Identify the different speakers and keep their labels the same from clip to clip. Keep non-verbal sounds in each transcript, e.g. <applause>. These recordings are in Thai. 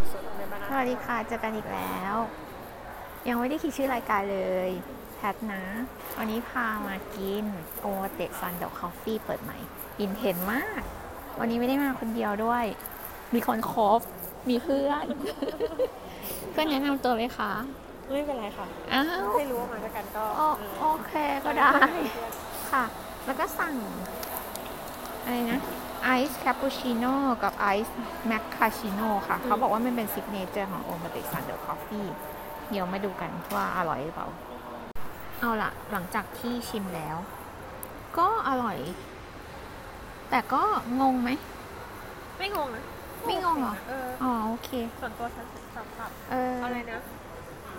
Speaker 1: วัสดีค่ะ เจอกันอีกแล้ว ยังไม่ได้คิดชื่อรายการเลยแพทนะ วันนี้พามากินโอเตะซันเดอร์คอฟฟี่เปิดใหม่ อินเทนมาก วันนี้ไม่ได้มาคนเดียวด้วย มีคนคบมีเพื่อน <laughs> เพื่อนแนะนำตัวเลยค่ะ
Speaker 2: ไม่เป็นไรค่ะ
Speaker 1: อ้าว
Speaker 2: ไม่รู้ว่ามาด้วยกันก็
Speaker 1: โอโอเคก็ได้ ค่ะ แล้วก็สั่ง อะไรนะ ไอซ์แคปปูชิโน่กับไอซ์แมคคาชิโน่ค่ะ เขาบอกว่ามันเป็นซิกเนเจอร์ของโอมาติซันเดอร์คอฟฟี่เดี๋ยวมาดูกันว่าอร่อยหรือเปล่า เอาละหลังจากที่ชิมแล้ว ก็อร่อย แต่ก็งงไหม
Speaker 2: ไม่งงนะ
Speaker 1: ไม่งงเหรอ
Speaker 2: เออ
Speaker 1: อ๋อ โอเค
Speaker 2: ส่วนตัวฉันสัมผัส
Speaker 1: เออ
Speaker 2: อะไรนะ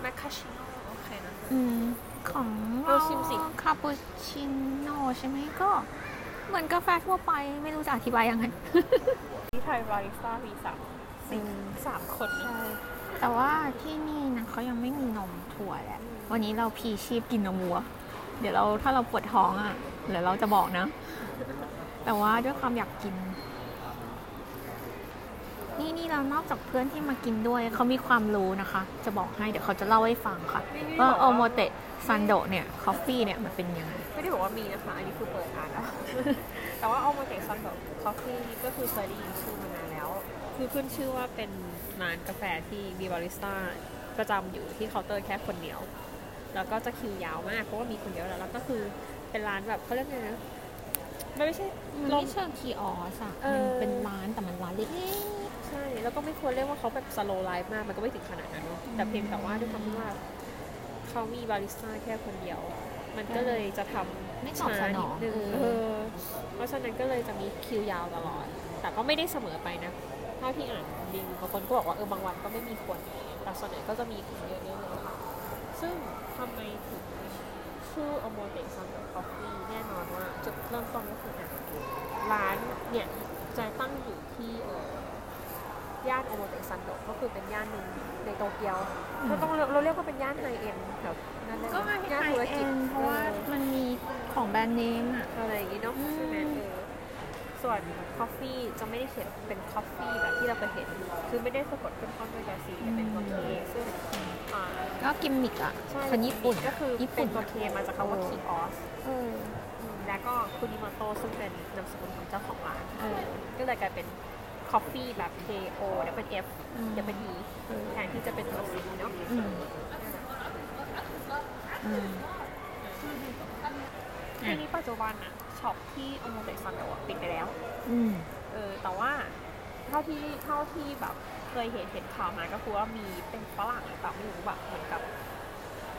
Speaker 2: แมคคาชิโน่โอเคนะ
Speaker 1: อืม ของ
Speaker 2: เราชิมสิ
Speaker 1: คาปูชิโน่ใช่ไหมก็ เหมือนกาแฟทั่วไปไม่รู้จะอธิบายยังไง
Speaker 2: ที่ไทยบาริสต้ามีสามสี่สามคนนะ
Speaker 1: แต่ว่าที่นี่นะเขายังไม่มีนมถั่วแหละ วันนี้เราพลีชีพกินนมวัว เดี๋ยวเราถ้าเราปวดท้องอ่ะ เดี๋ยวเราจะบอกนะ แต่ว่าด้วยความอยากกิน นี่นี่เรานอกจากเพื่อนที่มากินด้วย เขามีความรู้นะคะ จะบอกให้เดี๋ยวเขาจะเล่าให้ฟังค่ะ
Speaker 2: ไม่ได้
Speaker 1: ว่า
Speaker 2: บอก
Speaker 1: โอโมเตะซันโดะเนี่ยคอฟฟี่เนี่ยมันเป็นยังไง
Speaker 2: ไม่ได้บอกว่ามีนะคะ อันนี้คือเปิดอ่านแล้ว <laughs> แต่ว่าเอามาจากซอนแบบคอฟฟี่ก็คือเคยได้ยินชื่อมานานแล้ว คือขึ้นชื่อว่าเป็นร้านกาแฟที่มีบาริสต้าประจำอยู่ที่เคาน์เตอร์แค่คนเดียว แล้วก็จะคิวยาวมาก เพราะว่ามีคนเดียวแล้วแล้วก็คือเป็นร้านแบบเขาเรียกไงนะมันไม่ใช่
Speaker 1: มันไม่เชิงคีออสอะ
Speaker 2: เอ
Speaker 1: มัน
Speaker 2: อ
Speaker 1: เป็นร้านแต่มันร้านเล็ก
Speaker 2: ใช่ แล้วก็ไม่ควรเรียกว่าเขาแบบสโลไลฟ์มาก มันก็ไม่ถึงขนาดนั้นเนอะแต่เพียงแต่ว่าด้วยความที่ว่าเขามีบาริสต้าแค่คนเดียว มันก็เลยจะทำ
Speaker 1: ไม่ตอบสนอง
Speaker 2: นิดนึง
Speaker 1: เออ
Speaker 2: เออ เพราะฉะนั้นก็เลยจะมีคิวยาวตลอด แต่ก็ไม่ได้เสมอไปนะ เท่าที่อ่านรีวิวบางคนก็บอกว่าเออบางวันก็ไม่มีคนแต่ส่วนใหญ่ก็จะมีคนเยอะๆเลยค่ะ ซึ่งทำไมถึงชื่อ o m o t e s u n c o f f e e แน่นอนว่าจุดเริ่มต้นก็คืออ่ะร้านเนี่ยจะตั้งอยู่ที่เอ่อย่านโอโมเตซันโดก็คือเป็นย่านหนึ่งในโตเกียว
Speaker 1: อืม
Speaker 2: เราต้องเราเรียกว่าเป็นย่านไฮเอ็นแบบนั่นเลย
Speaker 1: ก็ไฮ
Speaker 2: ย่าน
Speaker 1: เอ
Speaker 2: ธุรกิ
Speaker 1: ็
Speaker 2: จ
Speaker 1: นเพราะว่ามันมีของแบรนด์เนมอะ
Speaker 2: เอออะไรอย่างงี้เนาะ
Speaker 1: อืม
Speaker 2: ใช่ไหมเออส่วนคอฟฟี่จะไม่ได้เขียนเป็นคอฟฟี่แบบที่เราเคยเห็น คือไม่ได้สะกดขึ้นต้นด้วยยาซีแต่เป็นโอเคซึ่งอ่า
Speaker 1: ก็กิมมิกอะ
Speaker 2: ใช่
Speaker 1: คนญี่ปุ่น
Speaker 2: ก็คือ
Speaker 1: ญี่
Speaker 2: เป็
Speaker 1: ปุ่
Speaker 2: น
Speaker 1: น
Speaker 2: ตัวเคมาจากคำว่าคีออส
Speaker 1: เออ
Speaker 2: แล้วก็คุณิมาโตะซึ่งเป็นนามสกุลของเจ้าของร้าน
Speaker 1: เออ
Speaker 2: ก็เลยกลายเป็นคอฟฟี่แบบ K O W F
Speaker 1: อืม
Speaker 2: W E
Speaker 1: เออ
Speaker 2: แทนที่จะเป็นตัวซีเนาะ
Speaker 1: อืมอืม
Speaker 2: ทีนี้ปัจจุบันอะช็อปที่โอโมเตซันแบบว่าปิดไปแล้ว
Speaker 1: อืม
Speaker 2: เออแต่ว่าเท่าที่เท่าที่แบบเคยเห็นเห็นข่าวมาก็คือว่ามีเป็นฝรั่งหรือเปล่าไม่รู้แบบเหมือนกับ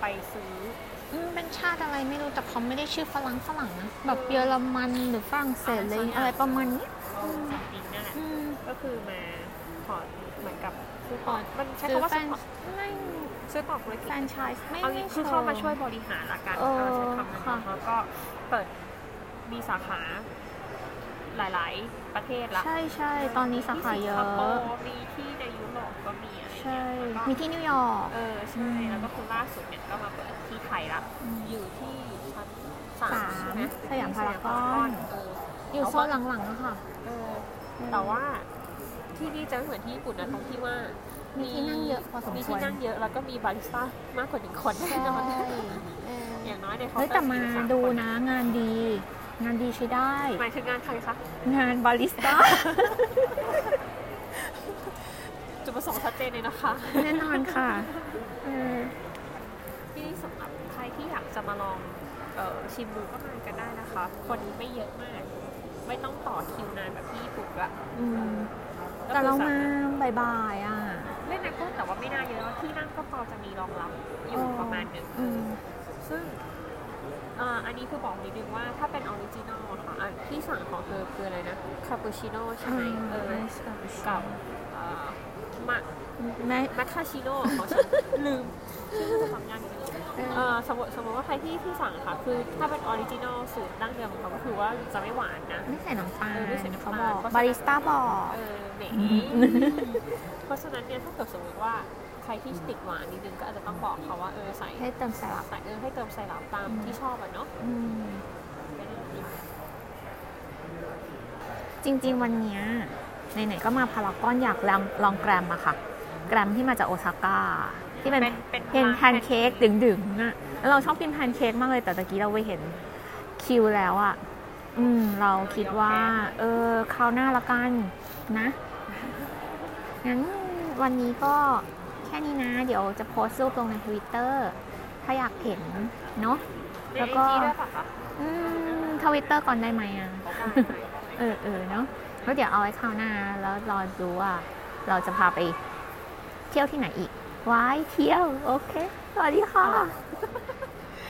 Speaker 2: ไปซื้อ
Speaker 1: อืมเป็นชาติอะไรไม่รู้แต่เขาไม่ได้ชื่อฝรั่งฝรั่งนะแบบเยอรมันหรือฝรั่งเศสเลยอะไรประมาณเนี้ย
Speaker 2: เอาจริงๆนั่นแหละ
Speaker 1: อืม
Speaker 2: ก็คือมาขอเหมือนกับซื้อต่อมันใช้
Speaker 1: หรือ
Speaker 2: คำว่า
Speaker 1: แฟ
Speaker 2: ซื้
Speaker 1: น
Speaker 2: อต่อ
Speaker 1: ไม่
Speaker 2: ซื้อต่อธุร
Speaker 1: แฟ
Speaker 2: กิจ
Speaker 1: รนไชส์ไม่
Speaker 2: เอา
Speaker 1: ไม่
Speaker 2: งี้คือ
Speaker 1: ชิง
Speaker 2: เข้ามาช่วยบริหารละกัน
Speaker 1: เออ
Speaker 2: ใช้คำนั้นเน
Speaker 1: ค่ะ
Speaker 2: อะแล้วก็เปิดมีสาขาหลายๆประเทศละ
Speaker 1: ใช่ใช่ตอนนี้สาขาเย
Speaker 2: มีสิงคโป
Speaker 1: อะ
Speaker 2: ร์มีที่ในยุโรปก็มีอะไร
Speaker 1: ใช่
Speaker 2: อย่างเงี้ยแล้วก็
Speaker 1: มีที่นิวยอร์ก
Speaker 2: เออใช่
Speaker 1: อืม
Speaker 2: แล้วก็คือล่าสุดเนี่ยก็มาเปิดที่ไทยละ อยู่ที่ชั้นสามใช่ไหม
Speaker 1: สยามพารากอน
Speaker 2: เออ
Speaker 1: อยู่โซนหลังๆอะค่ะ
Speaker 2: เออ แต่ว่าที่นี่จะไม่เหมือนที่ญี่ปุ่นนะตรงที่ว่ามี
Speaker 1: ที่นั่งเยอะพอสมควร
Speaker 2: มีที่นั่งเยอะแล้วก็มีบาริสต้ามากกว่าหนึ่งคนแน่นอน
Speaker 1: เออ
Speaker 2: อย่างน้อยในเคา
Speaker 1: เฮ้ย
Speaker 2: น์เตอ
Speaker 1: แต่
Speaker 2: ร์
Speaker 1: มา
Speaker 2: สี่ส
Speaker 1: ดู
Speaker 2: ค
Speaker 1: นะงานดี งานดีใช้ได้
Speaker 2: หมายถึงงานใครคะ
Speaker 1: งานบาริสต้า
Speaker 2: จุดประสงค์ชัดเจนเลยนะคะ
Speaker 1: แน่นอนค่ะเออ
Speaker 2: ที่นี่สำหรับใครที่อยากจะมาลองเออชิมดูก็มากันได้นะคะ คนไม่เยอะมาก ไม่ต้องต่อคิวนานแบบที่ญี่ปุ่นละ
Speaker 1: อืม
Speaker 2: ก็คือ
Speaker 1: แต่เรา
Speaker 2: ส
Speaker 1: มา
Speaker 2: ถ
Speaker 1: บ่ายๆอ่ะ
Speaker 2: เล่นนะก็แต่ว่าไม่น่าเยอะที่นั่งก็พอจะมีรองรับอยู่ประมาณหนึ่ง
Speaker 1: อืม
Speaker 2: ซึ่งเอ่ออันนี้คือบอกนิดนึงว่าถ้าเป็นออริจินอลอะค่ะอันที่สั่งของเธอคืออะไรนะ คาปูชิโน่ใช่ไหมเออกับเอ่อมะ
Speaker 1: แม่
Speaker 2: มัคคาชิโน่ของ
Speaker 1: <laughs>
Speaker 2: ฉัน ลืมชื่อภาษาทำงานอยู่เออสมมติสมมติว่าใครที่ที่สั่งอะค่ะ คือถ้าเป็นออริจินอลสูตรดั้งเดิมของเขาก็คือว่าจะไม่หวานนะ
Speaker 1: ไม่ใส่น้ำตาล
Speaker 2: เออไม่ใส่น้ำตาล
Speaker 1: เขาบอกบาริสต้าบอก
Speaker 2: เออแหม
Speaker 1: <laughs> อืม
Speaker 2: เพราะฉะนั้นเนี่ยถ้าเกิดสมมติว่าใครที่ติดหวานนิดนึงก็อาจจะต้องบอกเขาว่าเออใส่
Speaker 1: ให้เติมสลับ
Speaker 2: ใส่เออให้เติมใส่หลามตามที่ชอบอะเนาะ
Speaker 1: อืม จริงๆ วันเนี้ยไหนๆ ก็มาพารากอนอยากลองลองแกรมมาค่ะ แกรมที่มาจากโอซาก้าที่เป็น
Speaker 2: เป็น
Speaker 1: เป็นแพนเค้กดึงๆนะแล้วเราชอบกินแพนเค้กมากเลยแต่ตะกี้เราไปเห็นคิวแล้วอ่ะอืม เราคิดว่า เออคราวหน้าละกันนะงั้นวันนี้ก็แค่นี้นะ เดี๋ยวจะโพสต์รูปลงในทวิตเตอร์ถ้าอยากเห็นเนาะ แล้
Speaker 2: แล้ว ว
Speaker 1: ก็
Speaker 2: ก็ด้วยปะคะ
Speaker 1: อืมทวิตเตอร์ก่อนได้ไหมอ่ะ เออเออเนาะแล้วเดี๋ยวเอาไว้คราวหน้า แล้วรอดูว่า เราจะพาไปเที่ยวที่ไหนอีก ไว้เที่ยว โอเค สวัสดีค่ะ